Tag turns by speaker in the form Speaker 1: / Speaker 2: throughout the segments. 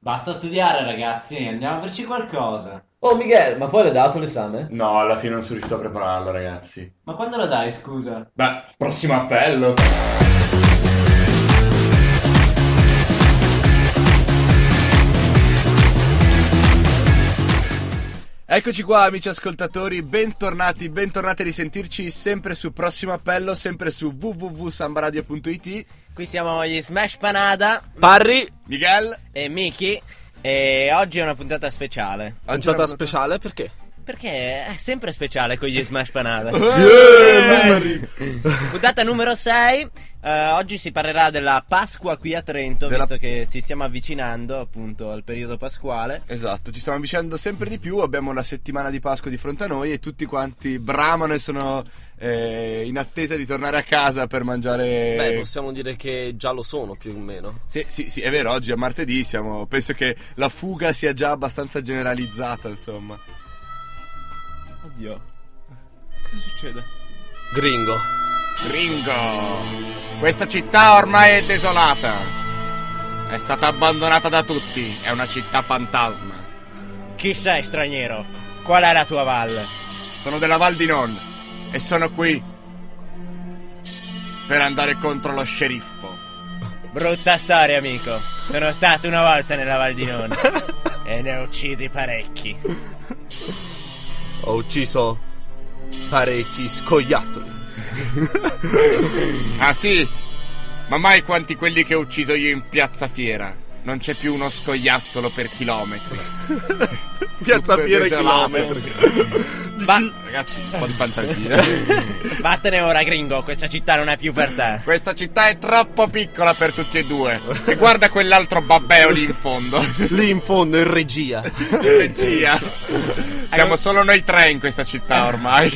Speaker 1: Basta studiare, ragazzi, andiamo a farci qualcosa.
Speaker 2: Oh, Miguel, ma poi l'hai dato l'esame?
Speaker 3: No, alla fine non sono riuscito a prepararlo, ragazzi.
Speaker 1: Ma quando la dai, scusa?
Speaker 3: Beh, prossimo appello.
Speaker 4: Eccoci qua amici ascoltatori, bentornati, bentornati a risentirci sempre su Prossimo Appello, sempre su www.sambaradio.it
Speaker 5: Qui siamo gli Smash Panada
Speaker 6: Parri,
Speaker 4: Miguel,
Speaker 5: e Miki e oggi è una puntata speciale.
Speaker 6: puntata speciale perché?
Speaker 5: Perché è sempre speciale con gli Smash Panada. Eh,
Speaker 4: yeah, Eh, numeri
Speaker 5: puntata numero 6. oggi si parlerà della Pasqua qui a Trento,
Speaker 4: Della-
Speaker 5: visto che ci stiamo avvicinando appunto al periodo pasquale.
Speaker 4: Esatto, ci stiamo avvicinando sempre di più, abbiamo la settimana di Pasqua di fronte a noi e tutti quanti bramano e sono eh, in attesa di tornare a casa per mangiare...
Speaker 6: Beh, possiamo dire che già lo sono più o meno.
Speaker 4: Sì, sì, sì, è vero, oggi è martedì, siamo... penso che la fuga sia già abbastanza generalizzata, insomma. Oddio. Cosa succede?
Speaker 6: Gringo.
Speaker 4: Gringo! Questa città ormai è desolata. È stata abbandonata da tutti, è una città fantasma.
Speaker 5: Chi sei straniero? Qual è la tua valle?
Speaker 4: Sono della Val di Non e sono qui per andare contro lo sceriffo.
Speaker 5: Brutta storia, amico. Sono stato una volta nella Val di Non e ne ho uccisi parecchi.
Speaker 6: Ho ucciso parecchi scoiattoli.
Speaker 4: Ah sì? Ma mai quanti quelli che ho ucciso io in piazza fiera? Non c'è più uno scoiattolo per chilometri.
Speaker 6: Piazza
Speaker 4: Tutto
Speaker 6: Fiera e
Speaker 4: desolato.
Speaker 6: chilometri.
Speaker 5: Va-
Speaker 4: Ragazzi, un po' di fantasia.
Speaker 5: vattene ora, gringo, questa città non è più per te.
Speaker 4: Questa città è troppo piccola per tutti e due. E guarda quell'altro babbeo lì in fondo.
Speaker 6: Lì in fondo in regia.
Speaker 4: Regia. Siamo solo noi tre in questa città ormai.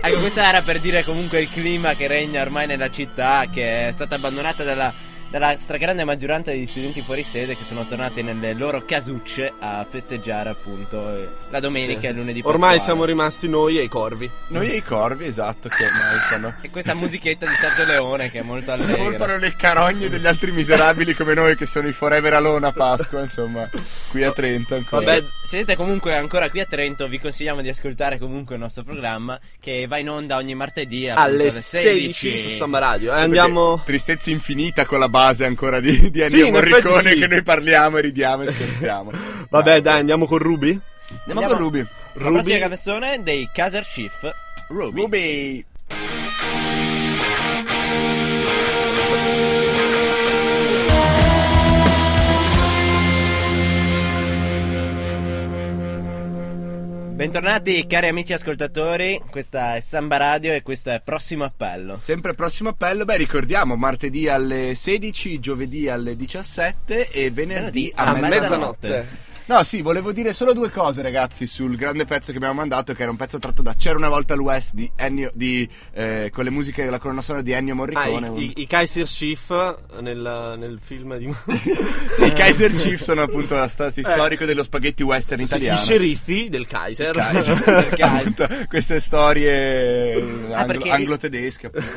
Speaker 5: Ecco, questo era per dire comunque il clima che regna ormai nella città, che è stata abbandonata dalla, dalla stragrande maggioranza degli studenti fuori sede che sono tornati nelle loro casucce a festeggiare appunto eh, la domenica
Speaker 6: Sì.
Speaker 5: e il lunedì
Speaker 6: Ormai
Speaker 5: pasquale.
Speaker 6: siamo rimasti noi e i corvi.
Speaker 4: Noi e i corvi, esatto, che ormai stanno.
Speaker 5: E questa musichetta di Sergio Leone che è molto allegra.
Speaker 4: Portano le carogne degli altri miserabili come noi che sono i Forever Alone a Pasqua, insomma, qui a Trento ancora.
Speaker 6: Vabbè.
Speaker 5: Se siete comunque ancora qui a Trento, vi consigliamo di ascoltare comunque il nostro programma che va in onda ogni martedì appunto,
Speaker 6: Alle 16 su Samba Radio. Eh,
Speaker 4: Perché
Speaker 6: andiamo.
Speaker 4: Tristezza infinita con la base ancora di, di Ennio
Speaker 6: Sì, in effetti
Speaker 4: Morricone
Speaker 6: sì.
Speaker 4: che noi parliamo e ridiamo e scherziamo.
Speaker 6: Vabbè, dai, andiamo con Ruby.
Speaker 4: Andiamo,
Speaker 5: Andiamo-
Speaker 4: con Ruby.
Speaker 5: La prossima
Speaker 6: Ruby.
Speaker 5: canzone dei Kaiser Chief, Ruby.
Speaker 4: Ruby.
Speaker 5: Bentornati cari amici ascoltatori, questa è Samba Radio e questo è Prossimo Appello.
Speaker 4: Sempre prossimo appello, beh ricordiamo martedì alle 16, giovedì alle 17 e venerdì a,
Speaker 5: A
Speaker 4: mezzanotte.
Speaker 5: mezzanotte.
Speaker 4: No, sì, volevo dire solo due cose, ragazzi, sul grande pezzo che abbiamo mandato, che era un pezzo tratto da C'era una volta l'West di Ennio, di, eh, con le musiche della colonna sonora di Ennio
Speaker 6: Ah,
Speaker 4: Morricone.
Speaker 6: i, i, i Kaiser Chief nel, nel film di.
Speaker 4: Sì, i Kaiser Chief sono appunto la stasi
Speaker 6: Eh.
Speaker 4: storico dello spaghetti western
Speaker 6: Sì,
Speaker 4: italiano.
Speaker 6: I sceriffi del Kaiser.
Speaker 4: Kaiser, Cioè, appunto, queste storie eh,
Speaker 5: Ah,
Speaker 4: anglo-
Speaker 5: perché-
Speaker 4: anglo-tedesche. appunto.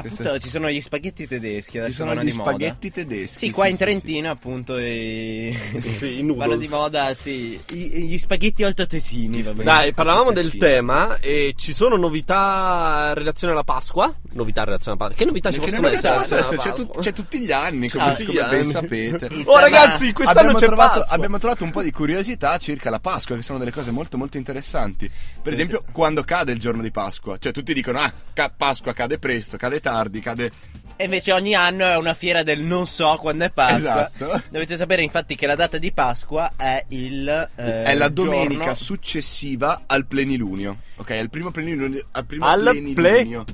Speaker 4: Queste-
Speaker 5: Appunto ci sono gli spaghetti tedeschi, adesso
Speaker 4: ci sono
Speaker 5: vanno
Speaker 4: gli
Speaker 5: di moda.
Speaker 4: spaghetti tedeschi.
Speaker 5: Sì, qua in
Speaker 4: Trentino
Speaker 5: Trentino appunto i...
Speaker 6: Sì, i
Speaker 5: vanno
Speaker 6: noodles.
Speaker 5: di moda, sì, i- gli spaghetti oltatesini. va bene.
Speaker 6: Dai, parlavamo del
Speaker 5: Oltatesini.
Speaker 6: tema e ci sono novità in relazione alla Pasqua. Novità in relazione alla Pasqua. Che novità ci
Speaker 4: Perché
Speaker 6: possono
Speaker 4: noi
Speaker 6: essere? in
Speaker 4: adesso
Speaker 6: relazione alla
Speaker 4: cioè, c'è,
Speaker 6: Pasqua?
Speaker 4: tut- c'è tutti gli anni,
Speaker 6: C'è
Speaker 4: come,
Speaker 6: tutti
Speaker 4: come
Speaker 6: gli
Speaker 4: ben
Speaker 6: anni.
Speaker 4: sapete.
Speaker 6: Oh ragazzi, quest'anno
Speaker 4: Abbiamo
Speaker 6: c'è
Speaker 4: trovato,
Speaker 6: Pasqua.
Speaker 4: abbiamo trovato un po' di curiosità circa la Pasqua, che sono delle cose molto molto interessanti. Per esempio, quando cade il giorno di Pasqua, cioè tutti dicono "Ah, ca- Pasqua cade presto, cade tardi, cade
Speaker 5: E invece ogni anno è una fiera del non so quando è Pasqua.
Speaker 4: Esatto.
Speaker 5: Dovete sapere infatti che la data di Pasqua è il... eh,
Speaker 4: è la
Speaker 5: giorno-
Speaker 4: domenica successiva al plenilunio. Ok, al primo plenilunio, al primo
Speaker 6: Al
Speaker 4: plenilunio.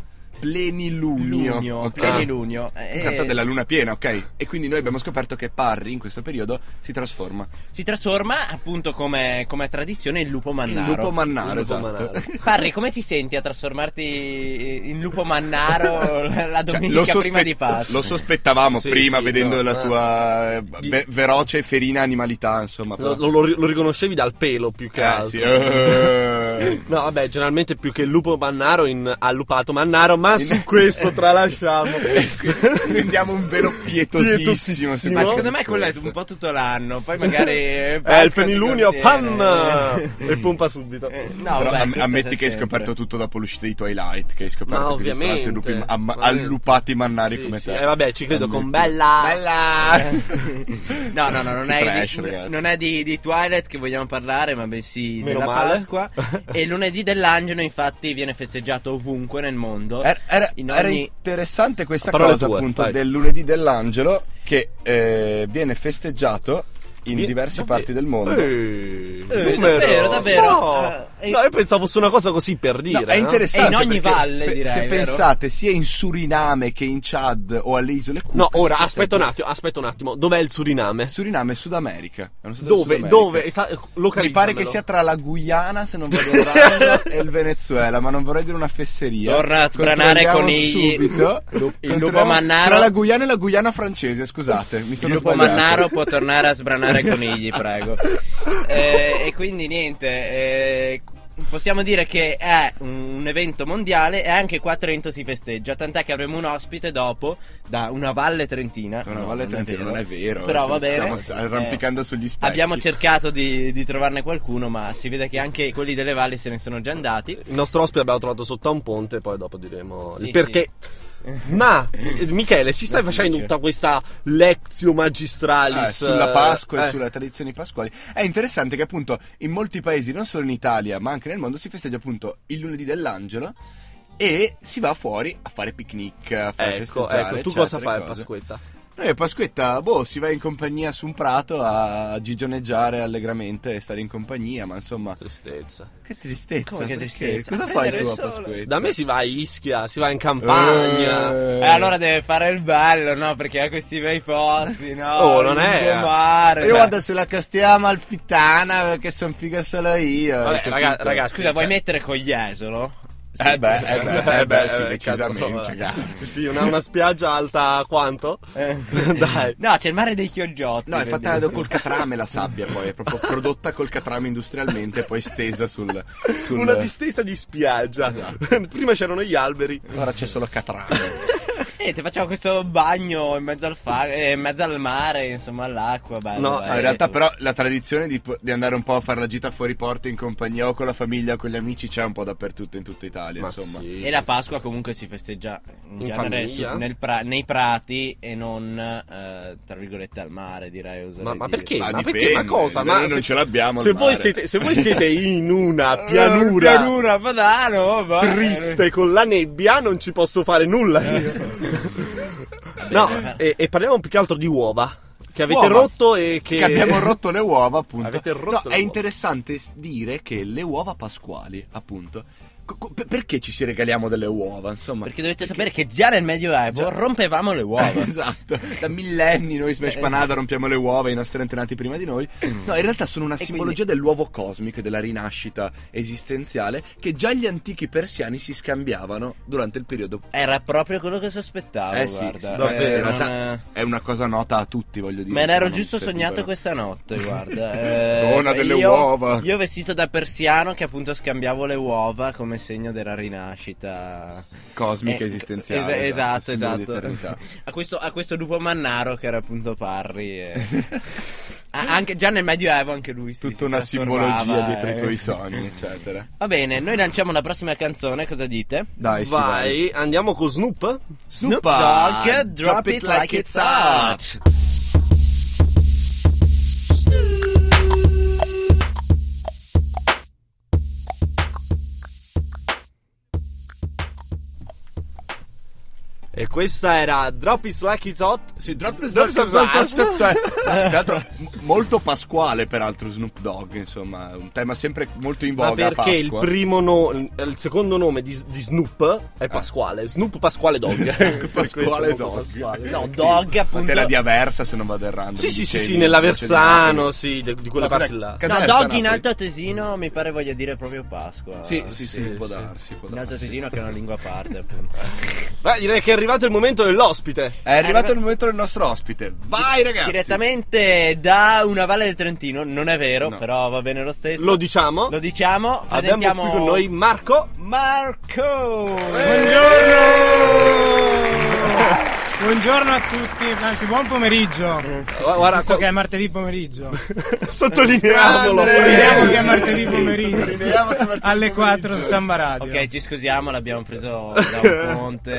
Speaker 4: Plenilunio.
Speaker 5: Lunio,
Speaker 4: ok?
Speaker 5: plenilunio. Eh,
Speaker 4: Esatto, della luna piena, ok? E quindi noi abbiamo scoperto che Parri in questo periodo si trasforma
Speaker 5: Si trasforma appunto come, come tradizione in lupo
Speaker 4: in
Speaker 5: mannaro.
Speaker 4: lupo mannaro,
Speaker 6: Il lupo
Speaker 4: esatto.
Speaker 6: mannaro.
Speaker 5: Parri, come ti senti a trasformarti in lupo mannaro la la
Speaker 4: Cioè,
Speaker 5: domenica
Speaker 4: sospe-
Speaker 5: prima di Pasqua?
Speaker 4: lo sospettavamo
Speaker 6: Sì,
Speaker 4: prima
Speaker 6: sì,
Speaker 4: vedendo
Speaker 6: no,
Speaker 4: la
Speaker 6: ma-
Speaker 4: tua eh, ve- veroce e ferina animalità, insomma. però-
Speaker 6: Lo, lo- lo ri- lo riconoscevi dal pelo più che
Speaker 4: Eh,
Speaker 6: altro.
Speaker 4: sì, eh.
Speaker 6: No, vabbè, generalmente più che il lupo mannaro in allupato mannaro, ma Ma su questo tralasciamo.
Speaker 4: Eh, Stendiamo un velo pietosissimo. su
Speaker 6: Pietosissimo.
Speaker 5: Ma
Speaker 4: questo
Speaker 5: secondo me quello è
Speaker 4: discorso.
Speaker 5: un po' tutto l'anno, poi magari... eh,
Speaker 6: Eh,
Speaker 5: Pasqua
Speaker 6: il
Speaker 5: si
Speaker 6: penilunio,
Speaker 5: contiene.
Speaker 6: pam! E pompa subito.
Speaker 5: Eh, No,
Speaker 4: Però
Speaker 5: vabbè,
Speaker 4: am-
Speaker 5: questo
Speaker 4: ammetti
Speaker 5: c'è
Speaker 4: che hai
Speaker 5: sempre.
Speaker 4: scoperto tutto dopo l'uscita di Twilight, che hai
Speaker 7: Ma
Speaker 4: scoperto che sono
Speaker 7: ovviamente,
Speaker 4: stati lupi am-
Speaker 7: ovviamente.
Speaker 4: allupati mannari
Speaker 7: Sì,
Speaker 4: come
Speaker 7: sì,
Speaker 4: te.
Speaker 6: Eh, vabbè, ci credo con
Speaker 4: Ammetti.
Speaker 6: Bella.
Speaker 5: No, no, no, non
Speaker 4: Eh. Che
Speaker 5: è,
Speaker 4: trash,
Speaker 5: di,
Speaker 4: ragazzi.
Speaker 5: non è di, di Twilight che vogliamo parlare, ma bensì
Speaker 6: Meno
Speaker 5: della
Speaker 6: male.
Speaker 5: Pasqua. e lunedì dell'angelo, infatti, viene festeggiato ovunque nel mondo.
Speaker 4: Era, Er, era-
Speaker 5: In
Speaker 4: era
Speaker 5: ogni-
Speaker 4: interessante questa
Speaker 6: Parole
Speaker 4: cosa
Speaker 6: tue,
Speaker 4: appunto
Speaker 6: vai.
Speaker 4: del lunedì dell'angelo che eh, viene festeggiato in
Speaker 6: Vi-
Speaker 4: diverse
Speaker 6: davvero?
Speaker 4: parti del mondo.
Speaker 6: Eh,
Speaker 5: davvero,
Speaker 6: numero.
Speaker 5: davvero.
Speaker 6: No.
Speaker 5: Eh,
Speaker 6: No, io pensavo fosse una cosa così per
Speaker 4: No,
Speaker 6: dire.
Speaker 4: è interessante.
Speaker 5: E in ogni
Speaker 4: perché
Speaker 5: valle,
Speaker 4: pe-
Speaker 5: direi,
Speaker 4: Se
Speaker 5: vero?
Speaker 4: pensate sia in Suriname che in Chad o alle isole Cupe.
Speaker 6: No,
Speaker 4: si
Speaker 6: ora
Speaker 4: festeggia-
Speaker 6: aspetta un attimo, aspetta un attimo. Dov'è il Suriname?
Speaker 4: Suriname, Sud America. È uno stato del
Speaker 6: Dove?
Speaker 4: Sud America.
Speaker 6: Dove? Esa-
Speaker 4: Mi pare
Speaker 6: localizzamelo.
Speaker 4: che sia tra la Guyana, se non vado errando, e il Venezuela, ma non vorrei dire una fesseria.
Speaker 5: Torna a sbranare
Speaker 4: Controlliamo
Speaker 5: conigli.
Speaker 4: subito.
Speaker 5: Il lupo
Speaker 4: Controlliamo-
Speaker 5: mannaro.
Speaker 4: Tra la Guyana e la Guyana francese, scusate. Mi
Speaker 5: Il
Speaker 4: sono
Speaker 5: lupo
Speaker 4: sbagliato.
Speaker 5: mannaro può tornare a sbranare conigli, prego. Eh, e quindi niente, eh, possiamo dire che è un, un evento mondiale e anche qua a Trento si festeggia, tant'è che avremo un ospite dopo da una valle trentina.
Speaker 4: È Una
Speaker 5: No,
Speaker 4: valle trentina, non è vero.
Speaker 5: Però
Speaker 4: Cioè,
Speaker 5: va bene.
Speaker 4: Stiamo arrampicando sugli specchi.
Speaker 5: Abbiamo cercato di, di trovarne qualcuno, ma si vede che anche quelli delle valli se ne sono già andati.
Speaker 6: Il nostro ospite l'abbiamo trovato sotto a un ponte, poi dopo diremo
Speaker 5: Sì,
Speaker 6: il perché. Ma eh, Michele, ci stai
Speaker 5: Non si
Speaker 6: facendo
Speaker 5: dice.
Speaker 6: tutta questa lectio
Speaker 4: Eh,
Speaker 6: magistralis
Speaker 4: sulla Pasqua
Speaker 6: eh.
Speaker 4: e sulle tradizioni pasquali è interessante che appunto in molti paesi non solo in Italia ma anche nel mondo si festeggia appunto il lunedì dell'angelo e si va fuori a fare picnic a fare
Speaker 6: Ecco,
Speaker 4: festeggiare,
Speaker 6: ecco, tu
Speaker 4: eccetera,
Speaker 6: cosa fai a
Speaker 4: cose.
Speaker 6: Pasquetta?
Speaker 4: noi a Pasquetta boh si va in compagnia su un prato a gigioneggiare allegramente e stare in compagnia ma insomma
Speaker 6: Tristezza.
Speaker 4: che tristezza
Speaker 5: Come che
Speaker 4: perché?
Speaker 5: tristezza?
Speaker 4: cosa
Speaker 5: Eh,
Speaker 4: fai
Speaker 5: ero
Speaker 4: tu a
Speaker 5: solo.
Speaker 4: Pasquetta?
Speaker 6: Da me si va a Ischia, si va in campagna.
Speaker 4: Eh,
Speaker 5: E allora deve fare il bello, no? Perché ha questi bei posti, no?
Speaker 6: Oh, non è-
Speaker 5: Lungo mare,
Speaker 4: eh. io
Speaker 5: cioè.
Speaker 4: vado sulla Castiama Alfitana perché sono figa solo io. hai
Speaker 6: Vabbè, raga-
Speaker 4: capito?
Speaker 6: ragazzi,
Speaker 5: Scusa, vuoi
Speaker 6: cioè-
Speaker 5: mettere Cogliesolo?
Speaker 4: Eh beh, eh beh, eh beh, sì,
Speaker 6: eh,
Speaker 4: decisamente,
Speaker 6: cazzo,
Speaker 4: ragazzi.
Speaker 6: Sì, sì, una, una spiaggia alta quanto? Dai.
Speaker 5: No, c'è il mare dei Chiogiotti.
Speaker 4: No, è
Speaker 5: per
Speaker 4: fatta
Speaker 5: dire.
Speaker 4: col catrame la sabbia, poi è proprio prodotta col catrame industrialmente e poi stesa sul. sul... Esatto.
Speaker 6: Una distesa di spiaggia. Prima c'erano gli alberi.
Speaker 4: Ora c'è solo catrame.
Speaker 5: Niente, facciamo questo bagno in mezzo al, fa- eh, in mezzo al mare, insomma, all'acqua. Bello,
Speaker 6: No,
Speaker 5: bello.
Speaker 4: No, in realtà, però, la tradizione di, po- di andare un po' a fare la gita fuori porta in compagnia o con la famiglia o con gli amici c'è un po' dappertutto in tutta Italia, insomma.
Speaker 5: E la Pasqua comunque si festeggia in,
Speaker 6: In
Speaker 5: genere su-
Speaker 6: famiglia?
Speaker 5: nel pra- nei prati e non, eh, tra virgolette, al mare, direi. oserei
Speaker 6: Ma, ma
Speaker 5: dire. Eh,
Speaker 6: perché?
Speaker 4: Ma
Speaker 6: Ma,
Speaker 4: dipende,
Speaker 6: perché? Ma cosa? Ma
Speaker 4: noi non ce l'abbiamo al
Speaker 6: Se voi,
Speaker 4: mare.
Speaker 6: siete, se voi siete in una
Speaker 5: Eh,
Speaker 6: pianura,
Speaker 5: pianura, padano, va.
Speaker 6: triste con la nebbia, non ci posso fare nulla.
Speaker 4: Eh.
Speaker 6: io. no, e, e parliamo più che altro di uova che avete
Speaker 4: Uova.
Speaker 6: rotto e che.
Speaker 4: Che abbiamo rotto le uova, appunto.
Speaker 6: Avete rotto
Speaker 4: No,
Speaker 6: le
Speaker 4: è
Speaker 6: uova.
Speaker 4: interessante s- dire che le uova pasquali, appunto. co- co- per- perché ci si regaliamo delle uova, insomma?
Speaker 5: Perché dovete sapere che già nel Medioevo rompevamo le uova.
Speaker 4: Esatto, da millenni noi
Speaker 6: Eh.
Speaker 4: Smash Panada rompiamo le uova ai nostri antenati prima di noi. No, in realtà sono una
Speaker 5: quindi-
Speaker 4: simbologia dell'uovo cosmico e della rinascita esistenziale che già gli antichi persiani si scambiavano durante il periodo.
Speaker 5: Era proprio quello che sospettavo,
Speaker 4: Eh sì,
Speaker 5: guarda.
Speaker 4: sì,
Speaker 6: davvero,
Speaker 5: Eh,
Speaker 4: in realtà-
Speaker 5: non, eh,
Speaker 4: È una cosa nota a tutti, voglio dire.
Speaker 5: Me l'ero
Speaker 4: insomma, non
Speaker 5: giusto
Speaker 4: serve
Speaker 5: sognato
Speaker 4: per-
Speaker 5: questa notte, guarda. Eh,
Speaker 4: Dona delle
Speaker 5: io-
Speaker 4: uova.
Speaker 5: Io vestito da persiano che appunto scambiavo le uova come segno della rinascita.
Speaker 4: Cosmica
Speaker 5: Eh,
Speaker 4: esistenziale.
Speaker 5: es- esatto,
Speaker 4: simbolo di
Speaker 5: esatto.
Speaker 4: eternità.
Speaker 5: A questo, a questo lupo mannaro che era appunto Parri. eh. Ah, anche, già nel Medioevo anche lui si si
Speaker 4: Tutta una
Speaker 5: trasformava,
Speaker 4: simbologia dietro i
Speaker 5: eh.
Speaker 4: tuoi sogni, eccetera.
Speaker 5: Va bene, noi lanciamo la prossima canzone, cosa dite?
Speaker 4: Dai,
Speaker 6: Vai,
Speaker 4: sì, vai.
Speaker 6: andiamo con Snoop.
Speaker 5: Snoop Dogg, Drop It Like It's Hot.
Speaker 6: E questa era Drop Is Like It's Hot.
Speaker 4: Sì, drop the
Speaker 6: Drop
Speaker 4: drop
Speaker 6: the Drop.
Speaker 4: Tra l'altro, m- molto pasquale, peraltro, Snoop Dogg, insomma, è un tema sempre molto in
Speaker 6: Ma
Speaker 4: voga. a
Speaker 6: perché il
Speaker 4: Pasqua.
Speaker 6: primo no- il secondo nome di, di Snoop è Pasquale? Snoop Pasquale Dog. Per questo è
Speaker 4: Eh. Pasquale
Speaker 6: molto
Speaker 4: Dog.
Speaker 6: Pasquale.
Speaker 5: No,
Speaker 4: Sì,
Speaker 5: Dog
Speaker 4: Ma
Speaker 5: appunto.
Speaker 4: te la di Aversa, se non vado errando.
Speaker 6: Sì,
Speaker 4: mi
Speaker 6: sì, sì,
Speaker 4: dicevi,
Speaker 6: sì,
Speaker 4: facendo-
Speaker 6: nell'Aversano, sì, di, di quelle
Speaker 4: Ma
Speaker 6: parti
Speaker 4: cos'è?
Speaker 6: là.
Speaker 4: Ca-
Speaker 5: No,
Speaker 4: Caserta,
Speaker 5: Dog in
Speaker 4: Napoli.
Speaker 5: Alto Atesino mi pare voglia dire proprio Pasqua.
Speaker 4: Sì, sì, sì,
Speaker 6: Sì,
Speaker 4: può
Speaker 6: sì.
Speaker 4: darsi. Può
Speaker 5: In Alto
Speaker 4: darsi.
Speaker 5: Atesino che è una lingua a parte, appunto.
Speaker 6: Beh, direi che è arrivato arrivato il momento dell'ospite.
Speaker 4: È arrivato il momento del nostro ospite. Vai ragazzi!
Speaker 5: Direttamente da una valle del Trentino, non è vero,
Speaker 4: No.
Speaker 5: però va bene lo
Speaker 4: Eh,
Speaker 5: stesso.
Speaker 6: Lo diciamo.
Speaker 5: Lo diciamo,
Speaker 6: Abbiamo
Speaker 5: presentiamo
Speaker 6: qui con noi Marco.
Speaker 5: Marco.
Speaker 4: Buongiorno!
Speaker 7: Buongiorno a tutti, anzi buon pomeriggio.
Speaker 6: guarda,
Speaker 7: visto
Speaker 6: qua-
Speaker 7: che è martedì pomeriggio.
Speaker 6: Sottolineiamolo.
Speaker 4: Grande!
Speaker 7: Vediamo che è martedì pomeriggio.
Speaker 4: Vediamo che martedì
Speaker 7: Alle 4 su
Speaker 4: pomeriggio.
Speaker 7: Samba Radio.
Speaker 5: Ok, ci scusiamo, l'abbiamo preso da un ponte.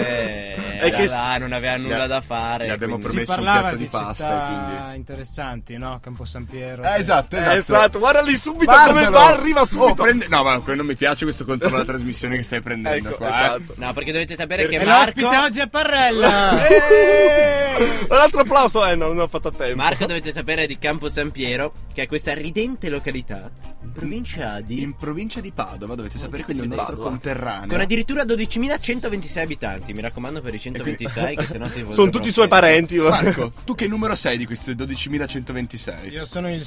Speaker 6: È
Speaker 5: E
Speaker 6: che-
Speaker 5: là, non aveva nulla da fare.
Speaker 4: gli abbiamo
Speaker 5: quindi-
Speaker 4: promesso
Speaker 7: si
Speaker 4: un
Speaker 7: parlava
Speaker 4: piatto
Speaker 7: di,
Speaker 4: di pasta,
Speaker 7: città
Speaker 4: quindi.
Speaker 7: interessanti, no? Campo San Piero.
Speaker 4: Eh, esatto, esatto.
Speaker 6: Eh, Esatto, guarda lì subito come
Speaker 4: Guardalo!
Speaker 6: va, arriva
Speaker 4: Oh,
Speaker 6: subito.
Speaker 4: prende- No, ma non mi piace questo controllo della trasmissione che stai prendendo
Speaker 6: Ecco,
Speaker 4: qua. eh.
Speaker 6: esatto.
Speaker 5: No, perché dovete sapere
Speaker 7: E
Speaker 5: che Marco.
Speaker 7: l'ospite oggi è Parrella.
Speaker 4: Eh.
Speaker 6: Un altro applauso, eh, no, non ho fatto a tempo.
Speaker 5: Marco dovete sapere di Campo San Piero, che è questa ridente località in provincia di
Speaker 4: In provincia di Padova dovete sapere che il
Speaker 6: provincia di
Speaker 4: nostro
Speaker 6: Padova.
Speaker 4: conterraneo.
Speaker 5: con addirittura 12.126 abitanti, mi raccomando per i 126 che sennò si
Speaker 6: Sono tutti i suoi parenti.
Speaker 4: Marco, tu che numero sei di questi 12.126?
Speaker 7: Io sono il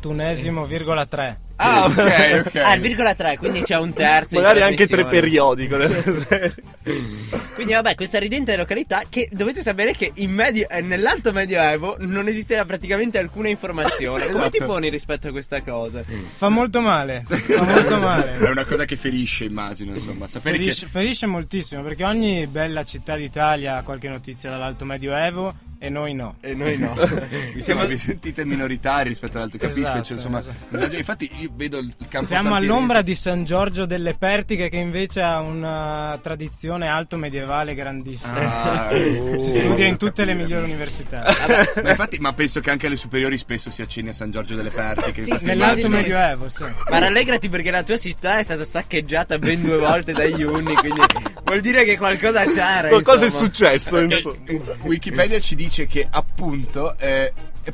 Speaker 7: 7241,3.
Speaker 4: Ah, ok, ok.
Speaker 5: Ah, il virgola 3, quindi c'è un terzo. in
Speaker 6: Magari anche tre
Speaker 5: trasmissione.
Speaker 6: periodico.
Speaker 7: eh.
Speaker 6: nella serie.
Speaker 5: Quindi vabbè, questa ridente località che dovete sapere che in medio- eh, nell'alto medioevo non esisteva praticamente alcuna informazione. Come ti
Speaker 4: Esatto.
Speaker 5: poni rispetto a questa cosa?
Speaker 6: Mm.
Speaker 7: Fa molto male. Fa molto
Speaker 4: È
Speaker 7: male.
Speaker 4: una cosa che ferisce, immagino, insomma. Sapere
Speaker 7: Ferisce,
Speaker 4: che
Speaker 7: ferisce moltissimo perché ogni bella città d'Italia ha qualche notizia dall'alto medioevo e noi no.
Speaker 5: E noi no.
Speaker 4: mi sembra
Speaker 5: Siamo-
Speaker 4: vi sentite minoritari rispetto all'altro, capisco,
Speaker 7: Esatto,
Speaker 4: cioè, insomma,
Speaker 7: esatto.
Speaker 4: bisogna- infatti io vedo il campo
Speaker 7: Siamo
Speaker 4: San Piero-
Speaker 7: all'ombra di San Giorgio delle Pertiche che invece ha una tradizione alto medievale grandissima.
Speaker 4: Ah,
Speaker 7: si
Speaker 4: oh,
Speaker 7: studia in
Speaker 4: posso
Speaker 7: tutte le
Speaker 4: capire.
Speaker 7: migliori università.
Speaker 4: Ah, Vabbè, ma infatti, ma penso che anche alle superiori spesso si accenni a San Giorgio delle Perti. Che
Speaker 5: Sì,
Speaker 4: fa-
Speaker 5: sì,
Speaker 7: Nell'alto
Speaker 5: sì.
Speaker 7: medioevo, sì.
Speaker 5: Ma rallegrati perché la tua città è stata saccheggiata ben due volte dagli unni, quindi vuol dire che qualcosa c'era.
Speaker 6: Qualcosa è
Speaker 5: insomma.
Speaker 6: successo. insomma.
Speaker 4: Wikipedia ci dice che appunto eh,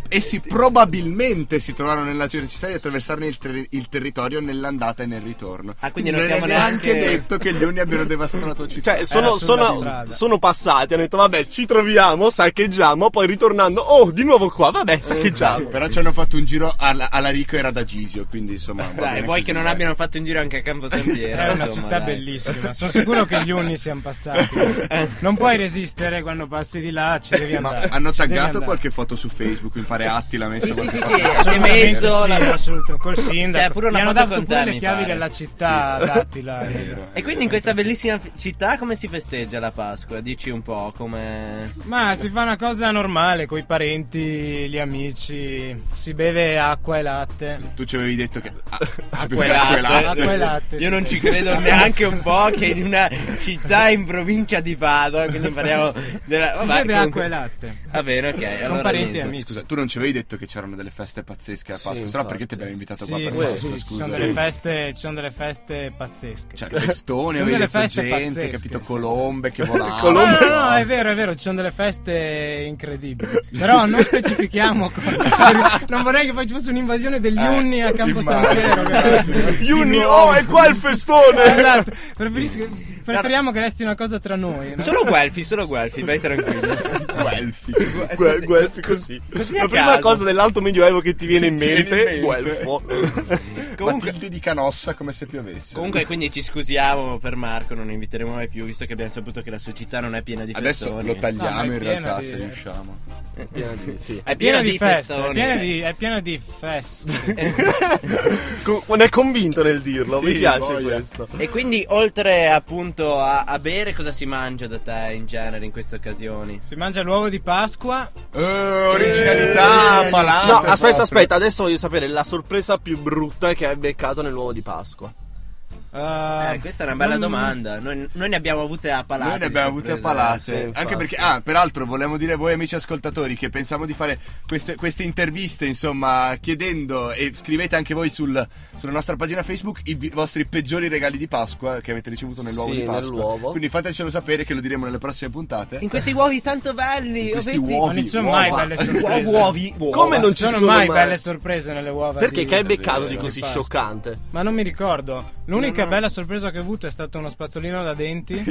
Speaker 4: essi probabilmente si trovarono nella necessità di attraversarne il, ter- il territorio nell'andata e nel ritorno.
Speaker 5: Ah, quindi non
Speaker 4: è
Speaker 5: siamo
Speaker 4: neanche
Speaker 5: neanche-
Speaker 4: detto che gli Uni abbiano devastato la tua città.
Speaker 6: Cioè, sono,
Speaker 7: Era sulla
Speaker 6: sono-
Speaker 7: strada.
Speaker 6: sono passati. Hanno detto, vabbè, ci troviamo, saccheggiamo. Poi ritornando, oh, di nuovo qua,
Speaker 7: Eh,
Speaker 6: vabbè, saccheggiamo.
Speaker 4: Però ci hanno fatto un giro alla, alla Rico e Radagisio, quindi insomma. va
Speaker 5: Dai,
Speaker 4: bene
Speaker 5: vuoi
Speaker 4: così,
Speaker 5: che non
Speaker 4: dai.
Speaker 5: abbiano fatto un giro anche a Campo San Piero?
Speaker 7: È una
Speaker 5: insomma,
Speaker 7: città
Speaker 5: dai.
Speaker 7: bellissima, sono sicuro che gli unni siano passati. Non puoi resistere quando passi di là, ci devi
Speaker 4: Ma
Speaker 7: andare.
Speaker 4: hanno
Speaker 7: ci devi
Speaker 4: taggato
Speaker 7: andare.
Speaker 4: qualche foto su Facebook, mi pare Attila messa
Speaker 5: Sì, sì,
Speaker 4: qualche
Speaker 5: sì,
Speaker 4: foto.
Speaker 5: sì, si è
Speaker 7: Assolutamente,
Speaker 5: messo
Speaker 7: sì,
Speaker 5: la...
Speaker 7: assoluto, col sindaco.
Speaker 5: Cioè, pure una
Speaker 7: Gli hanno
Speaker 5: foto
Speaker 7: dato
Speaker 5: con
Speaker 7: pure
Speaker 5: te,
Speaker 7: le
Speaker 5: mi
Speaker 7: chiavi
Speaker 5: pare.
Speaker 7: della città ad Attila.
Speaker 4: È vero, è
Speaker 5: E quindi in
Speaker 4: vero.
Speaker 5: questa bellissima fi- città come si festeggia la Pasqua? Dici un po' come...
Speaker 7: Ma si fa una cosa normale coi parenti, gli amici, si beve acqua e latte.
Speaker 4: Tu ci avevi detto che. Ah, si beve
Speaker 5: Acqua e latte.
Speaker 7: Acqua e latte,
Speaker 5: Eh, Io
Speaker 7: sì.
Speaker 5: non ci credo neanche un po' che in una città in provincia di Padova, quindi parliamo della...
Speaker 7: Si
Speaker 5: vabbè,
Speaker 7: beve
Speaker 5: comunque-
Speaker 7: acqua e latte.
Speaker 5: Va bene, ok. allora
Speaker 7: Con parenti e
Speaker 5: niente.
Speaker 7: amici.
Speaker 4: Scusa, tu non ci avevi detto che c'erano delle feste pazzesche a
Speaker 2: Sì,
Speaker 4: Pasqua? Sennò
Speaker 2: infatti.
Speaker 4: perché ti abbiamo invitato qua
Speaker 7: Sì,
Speaker 4: per
Speaker 7: sì,
Speaker 4: questo?
Speaker 7: sì, ci
Speaker 4: scusa.
Speaker 7: sono delle feste, ci sono delle feste pazzesche.
Speaker 4: Cioè, festone,
Speaker 7: Sono
Speaker 4: avevi
Speaker 7: delle
Speaker 4: detto
Speaker 7: feste
Speaker 4: gente,
Speaker 7: pazzesche,
Speaker 4: capito?
Speaker 7: sì.
Speaker 4: Colombe che volavano.
Speaker 7: No,
Speaker 6: Colombe-
Speaker 7: no, no, no, è vero, è vero, ci sono delle feste incredibili. Però non specifichiamo. co- non vorrei che poi ci fosse un'invasione degli
Speaker 4: Eh,
Speaker 7: unni a Campo San
Speaker 4: immagino,
Speaker 7: Piero.
Speaker 4: immagino.
Speaker 7: però. Di
Speaker 6: Juni,
Speaker 7: nuovo.
Speaker 6: oh, è qua il festone.
Speaker 7: Esatto, preferisco- preferiamo che resti una cosa tra noi. no?
Speaker 5: Solo Guelfi, solo Guelfi, vai tranquillo.
Speaker 4: Guelfi.
Speaker 6: Gue- Guelfi così.
Speaker 5: così
Speaker 6: La
Speaker 5: a
Speaker 6: prima
Speaker 5: caso.
Speaker 6: cosa dell'alto medioevo che ti viene in
Speaker 4: Ti viene in
Speaker 6: mente,
Speaker 4: mente.
Speaker 6: Guelfo.
Speaker 5: Comunque-
Speaker 4: Matilde di Canossa come se piovesse.
Speaker 5: Comunque, quindi ci scusiamo per Marco, non lo inviteremo mai più, visto che abbiamo saputo che la sua città non è piena di
Speaker 4: Adesso
Speaker 5: festoni.
Speaker 4: lo tagliamo
Speaker 7: No, ma è
Speaker 4: in realtà
Speaker 7: pieno di-
Speaker 4: se riusciamo.
Speaker 6: sì.
Speaker 5: È piena
Speaker 7: piena
Speaker 5: di,
Speaker 7: di feste, è
Speaker 5: festoni.
Speaker 7: piena di, è piena di feste.
Speaker 6: Co- non è convinto nel dirlo, mi
Speaker 4: Sì,
Speaker 6: piace
Speaker 4: voglia.
Speaker 6: questo.
Speaker 5: E quindi, oltre appunto a, a bere, cosa si mangia da te in genere in queste occasioni? Eh,
Speaker 7: Si mangia l'uovo di Pasqua.
Speaker 4: Eh, originalità,
Speaker 6: Eh,
Speaker 4: palata.
Speaker 6: No, aspetta,
Speaker 4: proprio.
Speaker 6: aspetta, adesso voglio sapere la sorpresa più brutta che hai beccato nell'uovo di Pasqua.
Speaker 7: eh,
Speaker 5: Eh, questa è una bella
Speaker 7: non-
Speaker 5: domanda. Noi, noi ne abbiamo avute a palate.
Speaker 4: Ah, Noi ne
Speaker 5: di
Speaker 4: abbiamo avute a
Speaker 5: sorprese.
Speaker 6: sì,
Speaker 4: palazzo.
Speaker 6: infatti.
Speaker 4: Anche perché, ah, peraltro, volevamo dire a voi, amici ascoltatori, che pensavamo di fare queste, queste interviste, insomma, chiedendo e scrivete anche voi sul- sulla nostra pagina Facebook i vi- vostri peggiori regali di Pasqua che avete ricevuto nell'uovo
Speaker 6: Sì,
Speaker 4: di Pasqua.
Speaker 6: nell'uovo.
Speaker 4: Quindi fatecelo sapere, che lo diremo nelle prossime puntate.
Speaker 5: In questi uovi tanto belli,
Speaker 4: In
Speaker 5: o
Speaker 4: questi
Speaker 5: vedi?
Speaker 7: Non
Speaker 4: uovi,
Speaker 7: ci sono
Speaker 4: uova.
Speaker 7: mai belle sorprese.
Speaker 5: Uovi, uova.
Speaker 6: Come non
Speaker 7: Non
Speaker 6: ci
Speaker 7: ci sono mai belle sorprese nelle uova.
Speaker 6: Perché
Speaker 7: di-
Speaker 6: che hai
Speaker 4: È vero,
Speaker 6: beccato di
Speaker 4: è
Speaker 6: così
Speaker 7: vero.
Speaker 6: scioccante?
Speaker 7: Ma non mi ricordo.
Speaker 4: No,
Speaker 7: L'unica
Speaker 4: no.
Speaker 7: bella sorpresa che ho avuto è stato uno spazzolino da denti.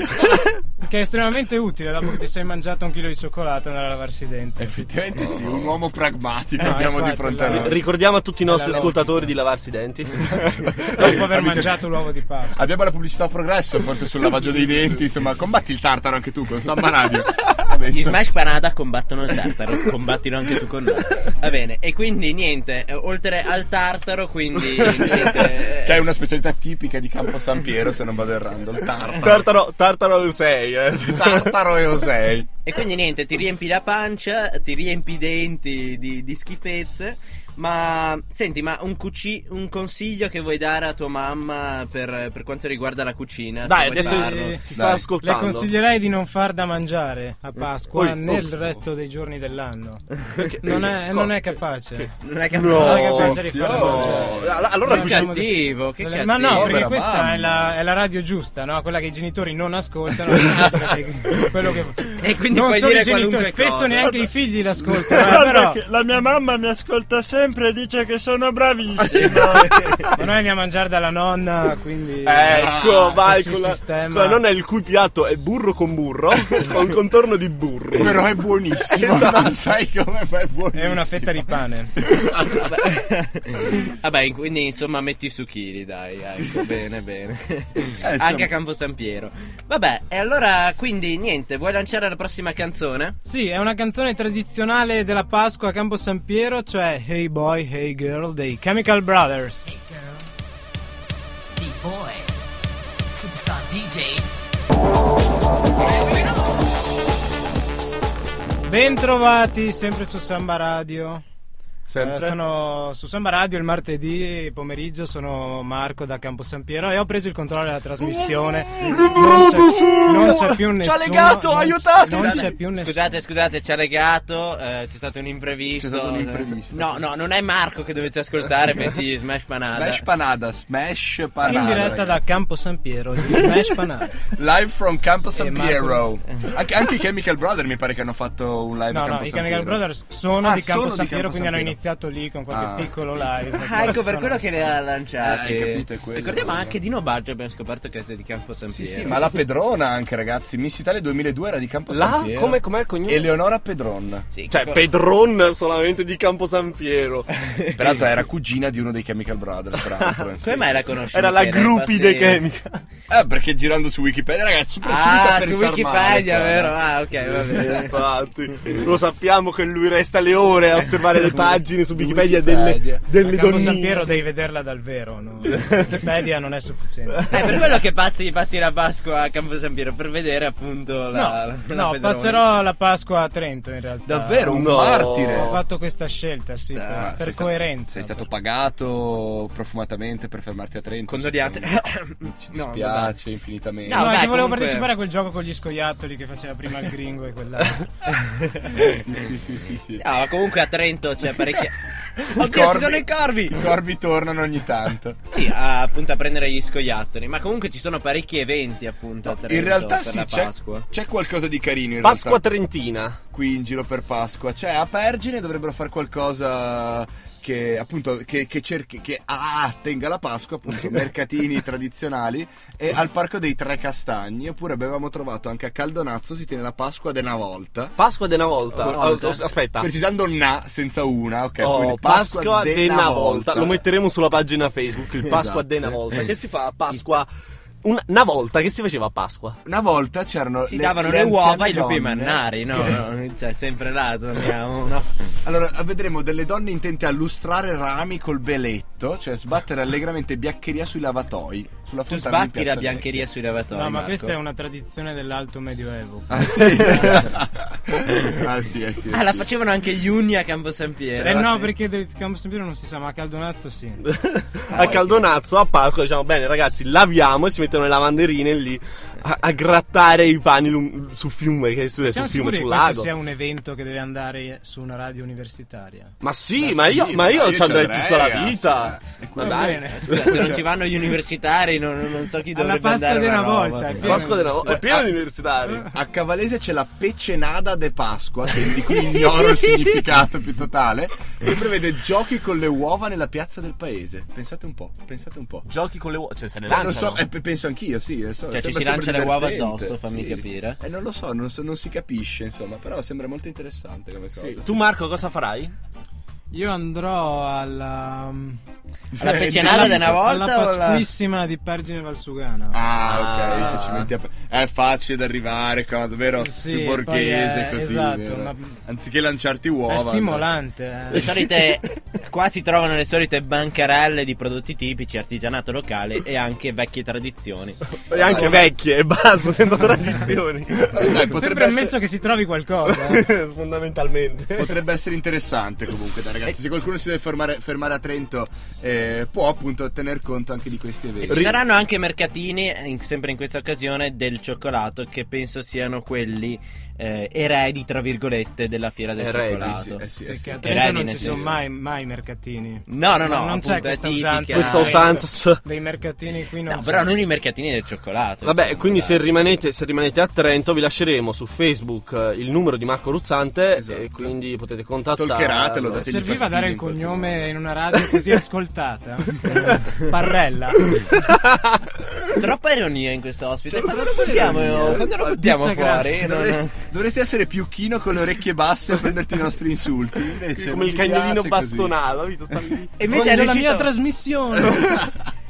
Speaker 7: che è estremamente utile dopo che ti sei mangiato un chilo di cioccolato andare a lavarsi i denti.
Speaker 4: Effettivamente sì, un uomo pragmatico
Speaker 7: Eh,
Speaker 4: abbiamo di
Speaker 7: infatti,
Speaker 4: fronte a
Speaker 7: la-
Speaker 4: noi.
Speaker 6: Ricordiamo a tutti i nostri
Speaker 7: Bella
Speaker 6: ascoltatori di lavarsi i denti.
Speaker 7: Dopo aver
Speaker 4: Amici-
Speaker 7: mangiato l'uovo di Pasqua.
Speaker 4: Abbiamo la pubblicità a progresso, forse sul lavaggio dei denti, insomma, combatti il tartaro anche tu con Samba Radio. Vabbè,
Speaker 5: Gli
Speaker 4: insomma.
Speaker 5: Smash Parada combattono il tartaro, combattilo anche tu con noi. Va bene, e quindi niente, eh, oltre al tartaro, quindi niente. eh,
Speaker 4: Che è una specialità tipica di Campo San Piero, se non vado errando, il tartaro.
Speaker 6: Tartaro, tartaro 6, eh.
Speaker 4: Tartaro e Osei.
Speaker 5: E quindi niente, ti riempi la pancia, ti riempi i denti di, di schifezze. Ma senti, ma un, cuci- un consiglio che vuoi dare a tua mamma per, per quanto riguarda la cucina? se
Speaker 6: Dai,
Speaker 5: vuoi
Speaker 6: adesso eh,
Speaker 5: farlo?
Speaker 6: ti sta
Speaker 7: Le
Speaker 6: ascoltando.
Speaker 7: consiglierei di non far da mangiare a Pasqua
Speaker 6: Oi, oh.
Speaker 7: nel resto dei giorni dell'anno.
Speaker 6: Perché-
Speaker 7: Non è,
Speaker 6: perché-
Speaker 7: non è
Speaker 6: co-
Speaker 7: capace.
Speaker 5: Non è
Speaker 6: No.
Speaker 7: Non è
Speaker 5: capito.
Speaker 7: capace di far da mangiare.
Speaker 6: All- Allora
Speaker 7: No,
Speaker 6: cucina.
Speaker 7: diciamo-
Speaker 5: cattivo, che cattivo.
Speaker 7: ma no, perché
Speaker 4: Povera
Speaker 7: questa
Speaker 4: mamma.
Speaker 7: è la, è la radio giusta, no? quella che i genitori non ascoltano. perché- quello che...
Speaker 5: E quindi
Speaker 7: non
Speaker 5: puoi
Speaker 7: solo
Speaker 5: dire
Speaker 7: i genitori,
Speaker 5: qualunque
Speaker 7: spesso
Speaker 5: cosa.
Speaker 7: neanche i figli l'ascoltano. eh, però,
Speaker 8: la mia mamma mi ascolta sempre e dice che sono bravissimo.
Speaker 7: ma noi andiamo a mangiare dalla nonna,
Speaker 5: Eh,
Speaker 7: quindi.
Speaker 6: Ecco, vai
Speaker 7: si
Speaker 6: con la,
Speaker 7: Ah, sistema.
Speaker 6: con la nonna il cui piatto è burro con burro, con contorno di burro. Eh,
Speaker 4: Però è buonissimo.
Speaker 6: Esatto.
Speaker 4: Non sai come ma è buonissimo.
Speaker 7: È una fetta di pane.
Speaker 5: Vabbè, quindi insomma metti su chili, dai, ecco, bene, bene.
Speaker 4: insomma.
Speaker 5: Anche a Campo San Piero. Vabbè, e allora quindi niente, vuoi lanciare la prossima canzone?
Speaker 7: Sì, è una canzone tradizionale della Pasqua a Campo San Piero, cioè Hey Boy, Hey Girl dei Chemical Brothers.
Speaker 9: Hey girls, B boys, superstar DJs.
Speaker 7: Bentrovati sempre su Samba Radio. Eh, sono su Samba Radio il martedì pomeriggio, sono Marco da Campo San Piero e ho preso il controllo della trasmissione. Non c'è, non c'è più nessuno.
Speaker 6: legato,
Speaker 7: non c'è-
Speaker 6: aiutateci!
Speaker 7: Non c'è più nessuno.
Speaker 5: Scusate, scusate, ci ha legato, eh, c'è stato un imprevisto.
Speaker 4: C'è stato un imprevisto.
Speaker 5: No, no, non è Marco che dovete ascoltare, bensì Smash Panada.
Speaker 4: Smash panada, smash panada.
Speaker 7: In diretta da
Speaker 4: ragazzi.
Speaker 7: Campo San Piero di Smash Panada.
Speaker 4: Live from Campo
Speaker 7: Eh,
Speaker 4: San
Speaker 7: Marco-
Speaker 4: Piero. Anche, anche i Chemical Brother mi pare che hanno fatto un live a
Speaker 7: No,
Speaker 4: Campo
Speaker 7: no, i
Speaker 4: San
Speaker 7: Chemical
Speaker 4: Piero.
Speaker 7: Brothers sono
Speaker 4: Ah,
Speaker 7: di Campo
Speaker 4: sono
Speaker 7: San
Speaker 4: di Campo
Speaker 7: Piero, quindi
Speaker 4: San
Speaker 7: hanno
Speaker 4: Piero.
Speaker 7: iniziato lì con qualche
Speaker 4: Ah.
Speaker 7: piccolo live.
Speaker 5: Ah, ecco per
Speaker 7: Sono-
Speaker 5: quello che le ha lanciate.
Speaker 4: Ah, hai capito, è quello.
Speaker 5: Ricordiamo anche Dino Baggio, abbiamo scoperto che è di Campo San
Speaker 4: Sì,
Speaker 5: Piero.
Speaker 4: sì, ma la Pedrona anche, ragazzi. Miss Italia 2002 era di Campo San
Speaker 6: La?
Speaker 4: Piero.
Speaker 6: Come, com'è il cognome?
Speaker 4: Eleonora Pedron.
Speaker 5: Sì,
Speaker 6: Cioè,
Speaker 7: Ecco.
Speaker 5: che-
Speaker 6: Pedron solamente di Campo San Piero.
Speaker 4: Peraltro era cugina di uno dei Chemical Brothers, tra l'altro.
Speaker 5: come
Speaker 4: insomma.
Speaker 5: mai la conosci?
Speaker 6: Era la
Speaker 5: Michele?
Speaker 6: gruppi dei
Speaker 5: Passi-
Speaker 6: chemica.
Speaker 4: Eh, perché girando su Wikipedia, ragazzi, super finita
Speaker 5: Ah,
Speaker 4: per
Speaker 5: su
Speaker 4: il Sarmale,
Speaker 5: Wikipedia,
Speaker 4: cara.
Speaker 5: vero? Ah, ok, va
Speaker 6: Sì,
Speaker 5: bene.
Speaker 6: infatti. Lo sappiamo che lui resta le ore a osservare le pagine su Wikipedia delle,
Speaker 4: Wikipedia.
Speaker 6: delle
Speaker 7: A Campo San
Speaker 6: donnine.
Speaker 7: Piero devi vederla dal vero, no? Wikipedia non è sufficiente.
Speaker 5: Eh, per quello che passi, passi la Pasqua a Campo San Piero per vedere appunto la.
Speaker 7: No,
Speaker 5: la- la
Speaker 7: no,
Speaker 5: pedrona.
Speaker 7: passerò la Pasqua a Trento in realtà.
Speaker 4: Davvero, un
Speaker 6: No.
Speaker 7: Ho
Speaker 4: martire.
Speaker 7: fatto questa scelta, sì, per-
Speaker 4: Ah,
Speaker 7: per,
Speaker 4: sei sta-
Speaker 7: coerenza.
Speaker 4: sei stato pagato profumatamente per fermarti a Trento.
Speaker 5: Condolianze.
Speaker 4: Ci
Speaker 5: No,
Speaker 4: dispiace infinitamente.
Speaker 7: No,
Speaker 5: No,
Speaker 7: perché
Speaker 5: dai,
Speaker 7: volevo
Speaker 5: comunque-
Speaker 7: partecipare a quel gioco con gli scoiattoli che faceva prima il gringo e quell'altro.
Speaker 4: Sì, sì, sì, sì, sì.
Speaker 5: Ah, ma comunque a Trento c'è parecchia.
Speaker 4: I
Speaker 5: Oddio,
Speaker 4: corvi-
Speaker 5: ci sono i corvi!
Speaker 4: I corvi tornano ogni tanto.
Speaker 5: Sì, a- appunto a prendere gli scoiattoli. Ma comunque ci sono parecchi eventi appunto a Trento.
Speaker 4: In realtà
Speaker 5: per
Speaker 4: sì,
Speaker 5: la
Speaker 4: c'è,
Speaker 5: Pasqua.
Speaker 4: c'è qualcosa di carino in
Speaker 6: Pasqua
Speaker 4: realtà
Speaker 6: Trentina.
Speaker 4: qui in giro per Pasqua. Cioè, a Pergine dovrebbero fare qualcosa che appunto che, che cerchi che attenga la Pasqua, appunto, mercatini tradizionali e al Parco dei Tre Castagni, oppure avevamo trovato anche a Caldonazzo si tiene la Pasqua de una volta.
Speaker 6: Pasqua de una volta.
Speaker 4: Una volta.
Speaker 6: Oh, oh, Aspetta.
Speaker 4: Precisando na senza una, ok.
Speaker 6: Oh,
Speaker 4: quindi
Speaker 6: Pasqua,
Speaker 4: de
Speaker 6: de
Speaker 4: una
Speaker 6: una volta. Lo metteremo sulla pagina Facebook, il Pasqua
Speaker 4: Esatto.
Speaker 6: de una volta. Che si fa a Pasqua? Un- Una volta che si faceva a Pasqua?
Speaker 4: Una volta c'erano
Speaker 5: Si davano le,
Speaker 4: anziane
Speaker 5: uova ai lupi
Speaker 4: donne.
Speaker 5: mannari, no? no cioè, sempre là torniamo, no?
Speaker 4: Allora, vedremo delle donne intente a lustrare rami col beletto, cioè sbattere allegramente biancheria sui lavatoi. Sulla
Speaker 5: Tu
Speaker 4: fontana di
Speaker 5: sbatti la
Speaker 4: Piazza
Speaker 5: biancheria sui lavatori.
Speaker 7: No, ma
Speaker 5: Marco.
Speaker 7: questa è una tradizione dell'alto medioevo.
Speaker 4: Vecchia. Ah sì. ah sì, eh, sì. eh,
Speaker 5: Ah, la
Speaker 4: sì.
Speaker 5: facevano anche gli uni a Campo San Piero.
Speaker 7: Eh no,
Speaker 5: Sì.
Speaker 7: perché del Campo San Piero non si sa, ma a Caldonazzo sì.
Speaker 6: a Caldonazzo, a Pasqua, diciamo, bene ragazzi, laviamo e si mettono le lavanderine lì a, a grattare i pani lung- sul fiume, che su, sul
Speaker 7: Siamo
Speaker 6: fiume,
Speaker 7: sicuri che
Speaker 6: sul
Speaker 7: questo
Speaker 6: lago.
Speaker 7: sia un evento che deve andare su una radio universitaria?
Speaker 6: Ma sì, ma io, ma io,
Speaker 4: io
Speaker 6: ci andrei
Speaker 4: ci andrei,
Speaker 6: tutta la
Speaker 4: ragazzi,
Speaker 6: vita.
Speaker 4: eh.
Speaker 6: Ma
Speaker 7: Va
Speaker 6: dai. cioè,
Speaker 7: bene.
Speaker 5: Cioè, Scusa, se non ci vanno gli universitari universitari non, non so chi
Speaker 7: Cioè. Alla
Speaker 5: dovrebbe
Speaker 7: Pasqua
Speaker 5: andare
Speaker 7: di una
Speaker 5: roba.
Speaker 7: volta. è pieno
Speaker 6: Pasqua
Speaker 7: di-
Speaker 6: della- è pieno di universitari.
Speaker 4: A Cavalese c'è la pecenada de Pasqua, che- di cui ignoro il significato più totale, che prevede giochi con le uova nella piazza del paese. Pensate un po', pensate un po'.
Speaker 5: Giochi con le uova, cioè se ne
Speaker 4: Cioè,
Speaker 5: lanciano.
Speaker 4: non so, eh, penso anch'io, sì. eh, so,
Speaker 5: Cioè, ci
Speaker 4: sembra
Speaker 5: si lancia
Speaker 4: sempre
Speaker 5: le uova
Speaker 4: divertente,
Speaker 5: addosso, fammi
Speaker 4: sì.
Speaker 5: capire.
Speaker 4: Eh, non lo so, non, so- non si capisce, insomma, però sembra molto interessante come cosa.
Speaker 6: Tu Marco cosa farai?
Speaker 7: Io andrò alla. mm,
Speaker 5: La
Speaker 4: Eh,
Speaker 5: pecenada di una
Speaker 4: deciso.
Speaker 5: volta
Speaker 7: alla
Speaker 5: o la-
Speaker 7: Pasquissima di Pergine Valsugana.
Speaker 4: Ah, ok,
Speaker 7: Ah.
Speaker 4: che ci metti a... è facile da arrivare, cosa, vero?
Speaker 7: Sì,
Speaker 4: Più borghese,
Speaker 7: poi è-
Speaker 4: così.
Speaker 7: esatto,
Speaker 4: vero?
Speaker 7: ma-
Speaker 4: Anziché lanciarti uova.
Speaker 7: È stimolante.
Speaker 5: Le
Speaker 7: eh.
Speaker 5: solite. Qua si trovano le solite bancarelle di prodotti tipici, artigianato locale e anche vecchie tradizioni.
Speaker 6: E anche vecchie e basta, senza tradizioni.
Speaker 4: Eh, dai, dai, potrebbe,
Speaker 7: Sempre ammesso
Speaker 4: essere,
Speaker 7: che si trovi qualcosa. eh.
Speaker 6: Fondamentalmente.
Speaker 4: potrebbe essere interessante comunque, dai, ragazzi. Se qualcuno si deve fermare, fermare a Trento, eh, può appunto tener conto anche di questi
Speaker 5: E
Speaker 4: eventi.
Speaker 5: ci saranno anche mercatini, eh, in- sempre in questa occasione, del cioccolato, che penso siano quelli eh, eredi, tra virgolette, della fiera del
Speaker 6: Eredi,
Speaker 4: Eh sì,
Speaker 5: cioccolato.
Speaker 4: eh sì, eh
Speaker 7: Perché
Speaker 4: sì.
Speaker 7: a
Speaker 5: Eredi,
Speaker 7: Trento non
Speaker 5: nel
Speaker 7: ci sono
Speaker 5: senso.
Speaker 7: mai, mai mercatini.
Speaker 5: No, no, no,
Speaker 7: non
Speaker 5: appunto,
Speaker 7: c'è
Speaker 5: è
Speaker 7: questa
Speaker 5: tipica.
Speaker 7: usanza.
Speaker 6: Questa usanza.
Speaker 7: Dei mercatini qui non
Speaker 5: No,
Speaker 7: c'è.
Speaker 5: però non i mercatini del cioccolato.
Speaker 6: Vabbè,
Speaker 5: insomma,
Speaker 6: quindi
Speaker 5: dai.
Speaker 6: se rimanete, se rimanete a Trento vi lasceremo su Facebook eh, il numero di Marco Ruzzante
Speaker 4: Esatto.
Speaker 6: e quindi potete contattarlo.
Speaker 4: Stalkeratelo, dategli
Speaker 7: Serviva dare
Speaker 4: fastidio
Speaker 7: il
Speaker 4: in qualche
Speaker 7: cognome
Speaker 4: modo.
Speaker 7: in una radio così ascoltata. Parrella.
Speaker 5: Troppa ironia in questo
Speaker 4: Cioè,
Speaker 5: ospite. Quando lo buttiamo, Cioè, quando lo buttiamo
Speaker 7: Dissacra-
Speaker 5: fuori? Non-
Speaker 4: Dovresti, dovresti essere più chino con le orecchie basse a prenderti i nostri insulti. Invece
Speaker 6: Come
Speaker 4: non
Speaker 6: il
Speaker 4: ti
Speaker 6: cagnolino
Speaker 4: piace così.
Speaker 6: bastonato, capito? Stavi lì.
Speaker 5: E invece, è
Speaker 7: Voglio la mia
Speaker 5: riuscito-
Speaker 7: trasmissione.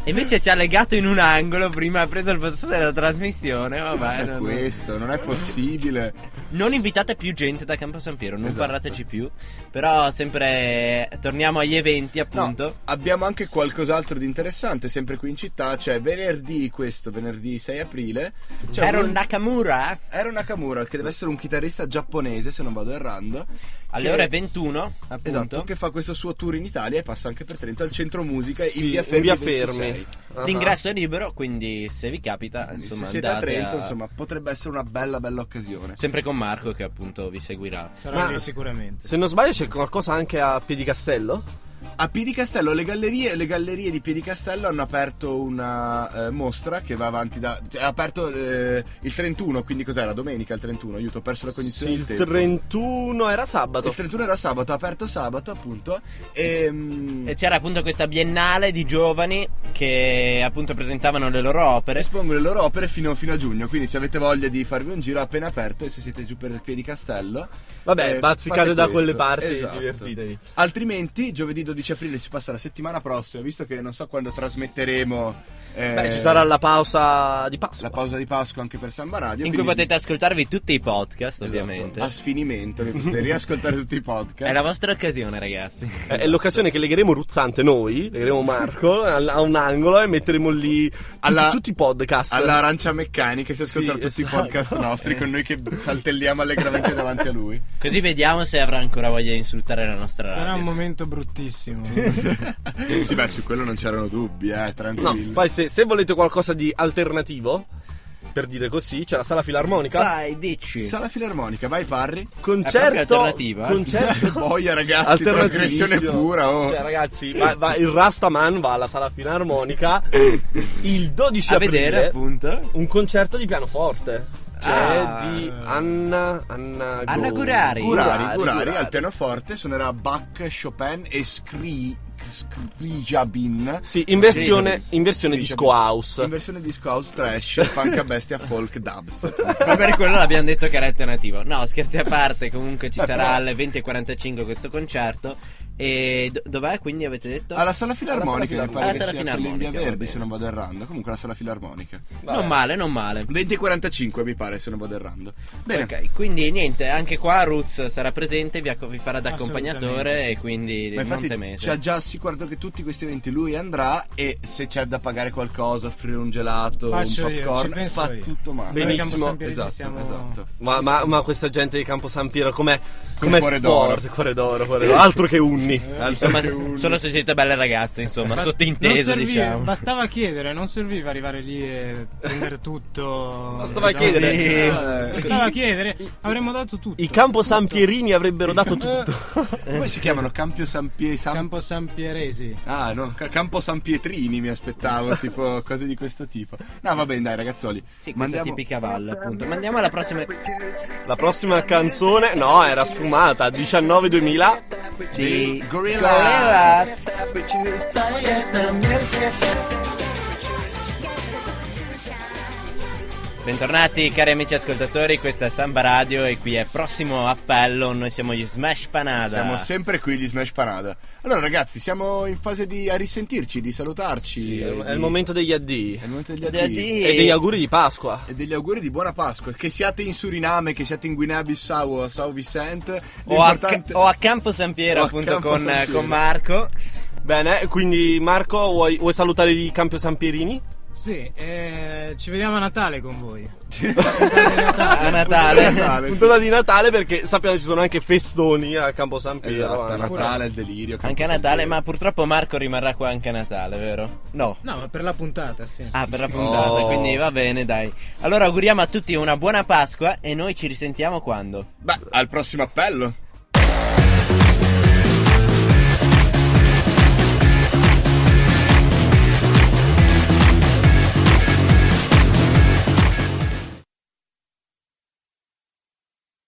Speaker 5: e invece ci ha legato in un angolo. Prima ha preso il posto della trasmissione. Vabbè,
Speaker 4: È
Speaker 5: non-
Speaker 4: questo, non è possibile.
Speaker 5: Non invitate più gente da Campo San Piero, non
Speaker 4: Esatto.
Speaker 5: parlateci più. Però sempre torniamo agli eventi, appunto.
Speaker 4: No, abbiamo anche qualcos'altro di interessante, sempre qui in città. C'è venerdì, questo venerdì 6 aprile. C'è
Speaker 5: Aaron
Speaker 4: Cioè, un-
Speaker 5: Nakamura eh,
Speaker 4: Aaron Nakamura, che deve essere un chitarrista giapponese, se non vado errando.
Speaker 5: alle
Speaker 4: che-
Speaker 5: ore 21, appunto.
Speaker 4: Esatto, che fa questo suo tour in Italia e passa anche per Trento al centro musica
Speaker 6: Sì,
Speaker 4: in via
Speaker 6: in
Speaker 4: Fermi.
Speaker 6: via
Speaker 4: 26.
Speaker 6: Fermi. Ah.
Speaker 5: L'ingresso è libero, quindi se vi capita,
Speaker 4: Quindi
Speaker 5: insomma,
Speaker 4: se siete a
Speaker 5: andate
Speaker 4: Trento, insomma, potrebbe essere una bella, bella occasione.
Speaker 5: Sempre con Marco che appunto vi seguirà.
Speaker 7: Sarà
Speaker 6: Ma-
Speaker 7: lì sicuramente.
Speaker 6: Se non sbaglio c'è qualcosa anche a Piedicastello?
Speaker 4: A Piedicastello, le gallerie, le gallerie di Piedicastello hanno aperto una eh, mostra che va avanti da. cioè, ha aperto eh, il 31, quindi cos'era? Domenica il 31, aiuto, ho perso la cognizione
Speaker 6: il
Speaker 4: del tempo.
Speaker 6: 31 era sabato.
Speaker 4: Il 31 era sabato, ha aperto sabato appunto. E, mm,
Speaker 5: E c'era appunto questa biennale di giovani che appunto presentavano le loro opere.
Speaker 4: espongo le loro opere fino, fino a giugno. Quindi se avete voglia di farvi un giro, è appena aperto e se siete giù per Piedicastello.
Speaker 6: Vabbè,
Speaker 4: eh,
Speaker 6: bazzicate
Speaker 4: fate
Speaker 6: da
Speaker 4: questo.
Speaker 6: quelle parti e
Speaker 4: Esatto.
Speaker 6: divertitevi.
Speaker 4: Altrimenti, giovedì 12 aprile si passa la settimana prossima, visto che non so quando trasmetteremo. eh,
Speaker 6: Beh, ci sarà la pausa di Pasqua.
Speaker 4: la pausa di Pasqua anche per Samba Radio.
Speaker 5: In cui
Speaker 4: quindi-
Speaker 5: potete ascoltarvi tutti i podcast,
Speaker 4: Esatto,
Speaker 5: ovviamente.
Speaker 4: A sfinimento, vi potete riascoltare tutti i podcast.
Speaker 5: È la vostra occasione, ragazzi.
Speaker 6: Eh, È l'occasione che legheremo Ruzzante noi, legheremo Marco al- a un angolo e metteremo lì tutti,
Speaker 4: Alla-
Speaker 6: tutti i podcast.
Speaker 4: All'arancia meccanica si
Speaker 6: Sì,
Speaker 4: ascoltano tutti
Speaker 6: esatto.
Speaker 4: i podcast nostri con noi che saltelliamo allegramente davanti a lui.
Speaker 5: Così vediamo se avrà ancora voglia di insultare la nostra radio.
Speaker 7: Sarà un momento bruttissimo.
Speaker 4: sì, beh, su quello non c'erano dubbi, eh, tranquillo.
Speaker 6: No, poi se, se volete qualcosa di alternativo, per dire così, c'è la sala filarmonica.
Speaker 5: Vai, dici.
Speaker 4: Sala filarmonica, vai Parri.
Speaker 5: Ah, proprio
Speaker 6: Concerto
Speaker 5: alternativa, eh.
Speaker 6: Concerto
Speaker 4: Boia ragazzi,
Speaker 6: Alternativissimo.
Speaker 4: trasgressione pura. Oh.
Speaker 6: Cioè, ragazzi, va- va- il Rastaman va alla sala filarmonica il 12
Speaker 5: A
Speaker 6: aprile.
Speaker 5: vedere, appunto.
Speaker 6: un concerto di pianoforte. Cioè,
Speaker 5: Ah.
Speaker 6: di Anna. Anna,
Speaker 5: Anna
Speaker 6: Gori.
Speaker 5: Gurari.
Speaker 4: Curari, Curari al pianoforte suonerà Bach, Chopin e Skri... Scrijabin.
Speaker 6: Sì, in versione, in versione disco
Speaker 4: In
Speaker 6: house.
Speaker 4: versione disco house trash, funk a bestia, folk, dubstep.
Speaker 5: Ma per quello l'abbiamo detto che era alternativo. No, scherzi a parte, comunque ci
Speaker 4: Beh,
Speaker 5: sarà
Speaker 4: però-
Speaker 5: alle 20.45 questo concerto. E do- dov'è quindi avete detto?
Speaker 4: Alla sala filarmonica, mi
Speaker 5: Alla
Speaker 4: pare che
Speaker 5: sala
Speaker 4: sia quella in
Speaker 5: filarmonica,
Speaker 4: via
Speaker 5: va bene.
Speaker 4: Verdi, se non vado errando. Comunque la sala filarmonica.
Speaker 5: Non male, non male.
Speaker 4: 20.45 mi pare, se non vado errando. Bene.
Speaker 5: Ok, quindi niente, anche qua Roots sarà presente, vi, acco- vi farà da accompagnatore
Speaker 7: Assolutamente, sì,
Speaker 5: e
Speaker 7: sì.
Speaker 5: quindi
Speaker 4: Ma infatti
Speaker 5: Montemete.
Speaker 4: ci ha già assicurato che tutti questi eventi lui andrà e se c'è da pagare qualcosa, offrire un gelato,
Speaker 7: Faccio
Speaker 4: un
Speaker 7: io, ci
Speaker 4: popcorn,
Speaker 7: penso
Speaker 4: fa
Speaker 7: io.
Speaker 4: tutto male.
Speaker 7: Noi a Campo
Speaker 6: Benissimo,
Speaker 7: San Piero ci
Speaker 4: esatto,
Speaker 7: siamo-
Speaker 4: esatto.
Speaker 6: Ma, ma- ma questa gente di Campo San Piero com'è? Come
Speaker 4: cuore
Speaker 6: cuore
Speaker 4: d'oro.
Speaker 6: forte, cuore d'oro, cuore d'oro. Altro che unni.
Speaker 5: Insomma, sono sentite belle ragazze, insomma,
Speaker 7: Ma-
Speaker 5: sottinteso,
Speaker 7: non serviva,
Speaker 5: diciamo.
Speaker 7: Bastava chiedere, non serviva arrivare lì e prendere tutto.
Speaker 6: Bastava
Speaker 7: Eh,
Speaker 6: chiedere.
Speaker 7: no, Bastava chiedere, avremmo dato tutto.
Speaker 6: I Campo San Pierini avrebbero dato tutto.
Speaker 4: Come si chiamano? Campio San Pie... San-
Speaker 7: Campo San Pieresi.
Speaker 4: Ah no, Ca- Campo San Pietrini mi aspettavo, tipo cose di questo tipo. No, va bene, dai ragazzuoli.
Speaker 5: Sì, questa
Speaker 4: mandiamo-
Speaker 5: tipica valle, appunto. Ma andiamo alla prossima.
Speaker 6: La prossima canzone, no, era sfumata. 19-2000.
Speaker 5: Di
Speaker 4: Gorilla.
Speaker 5: Bentornati cari amici ascoltatori, questa è Samba Radio e qui è prossimo appello, noi siamo gli Smash Panada.
Speaker 4: Siamo sempre qui gli Smash Panada. Allora ragazzi, siamo in fase di a risentirci, di salutarci.
Speaker 6: Sì,
Speaker 4: e
Speaker 6: è
Speaker 4: di-
Speaker 6: è il momento degli addii.
Speaker 4: è il momento degli
Speaker 5: Degli
Speaker 4: addio.
Speaker 5: addio.
Speaker 6: E degli auguri di Pasqua.
Speaker 4: E degli auguri di buona Pasqua. Che siate in Suriname, che siate in Guinea Bissau o a Sao Vicente.
Speaker 5: o, a,
Speaker 4: l'importante-
Speaker 5: o a Campo San Piero
Speaker 4: O a
Speaker 5: appunto
Speaker 4: Campo
Speaker 5: con,
Speaker 4: San Piero.
Speaker 5: con Marco.
Speaker 6: Bene, quindi Marco, vuoi, vuoi salutare di Campio San Pierini?
Speaker 7: Sì, eh, ci vediamo a Natale con voi.
Speaker 5: A Natale.
Speaker 4: Natale, sì.
Speaker 6: Puntata di Natale perché sappiamo ci sono anche festoni a Campo San Piero.
Speaker 4: Esatto, a
Speaker 6: eh.
Speaker 4: Natale, il delirio.
Speaker 5: Anche a Natale, ma purtroppo Marco rimarrà qua anche a Natale, vero? No.
Speaker 7: No, ma per la puntata, sì.
Speaker 5: Ah, per la puntata,
Speaker 6: Oh.
Speaker 5: quindi va bene, dai. Allora auguriamo a tutti una buona Pasqua e noi ci risentiamo quando?
Speaker 4: Beh, al prossimo appello.